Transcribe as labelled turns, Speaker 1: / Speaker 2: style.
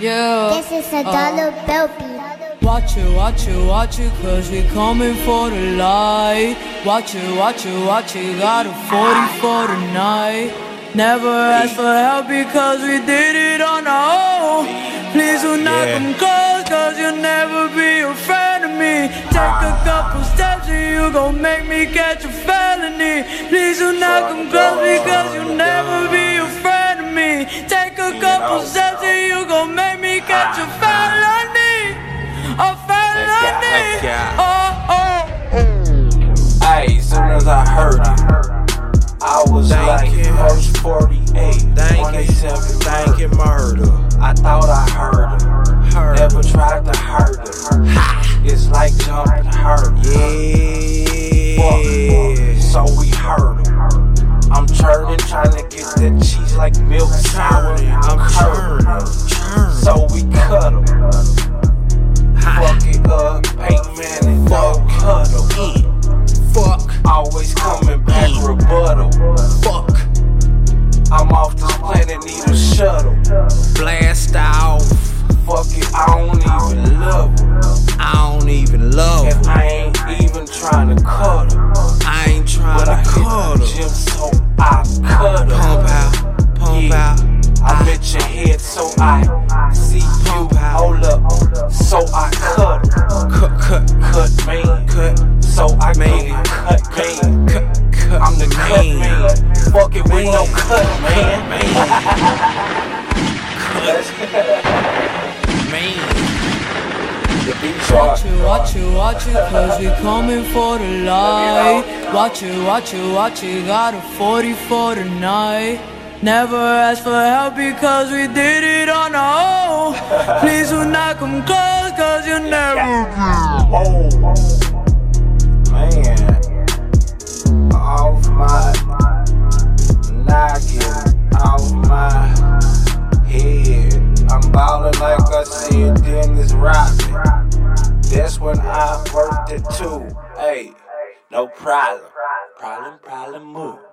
Speaker 1: yeah.
Speaker 2: This is a dollar bill beat.
Speaker 1: Watch it, watch it, watch it, cause we coming for the light. Watch it, watch it, watch it, got a 40 for the night. Never ask for help because we did it on our own. Please do not
Speaker 3: Yeah.
Speaker 1: come close, cause you'll never be a friend of me. Take a couple steps and you gon' make me catch a felony. Please do not come close because you'll never be a friend of me. Take a couple steps and you gon' make me catch a felony. A felony. Oh, oh.
Speaker 4: Ay, soon as I heard it, I was
Speaker 3: Thank
Speaker 4: like,
Speaker 3: you.
Speaker 4: Post 48,
Speaker 3: Thank you,
Speaker 4: 27,
Speaker 3: thank you, murder.
Speaker 4: I thought I heard her.
Speaker 3: Heard
Speaker 4: Never tried to hurt her. It's like jumping hurt.
Speaker 3: Yeah.
Speaker 4: So we heard her. I'm churning, trying to get that cheese like milk sour.
Speaker 3: Churning, I'm
Speaker 4: curving.
Speaker 3: churning, churning.
Speaker 4: So we cut 'em. Fuck it up, paint man and dog cuddle.
Speaker 3: Fuck,
Speaker 4: Always coming back rebuttal.
Speaker 3: fuck,
Speaker 4: I'm off this planet, need a shuttle.
Speaker 3: blast off.
Speaker 4: Fuck it, I don't even love her.
Speaker 3: I don't even love
Speaker 4: And
Speaker 3: her.
Speaker 4: I ain't even trying to cut her.
Speaker 3: I ain't
Speaker 4: But
Speaker 3: trying
Speaker 4: I
Speaker 3: to
Speaker 4: cut
Speaker 3: cut
Speaker 4: the
Speaker 3: her.
Speaker 4: gym, so I cut her.
Speaker 3: Pump out, pump
Speaker 4: Yeah.
Speaker 3: out.
Speaker 4: I bet your head, so I see you.
Speaker 3: Pump out.
Speaker 4: Hold up, so I cut her.
Speaker 3: Cut, cut,
Speaker 4: Cut man,
Speaker 3: cut,
Speaker 4: so I
Speaker 3: Man.
Speaker 4: man. cut man.
Speaker 3: cut, cut.
Speaker 4: I'm the cut
Speaker 3: man.
Speaker 4: man. Fuck it, we
Speaker 3: Man.
Speaker 4: no cut man.
Speaker 3: Man. Cut. Man.
Speaker 4: The beat
Speaker 1: Watch it, watch it, watch it, cause we coming for the light. Watch it, watch it, watch it, got a 40 for the night. Never ask for help because we did it on our own. Please do not come close, cause you'll never.
Speaker 4: Oh, man. Off my noggin, off my head. I'm ballin' like I said, Dennis Rodman. That's when I worked it too. Hey, no problem. Problem, problem, move.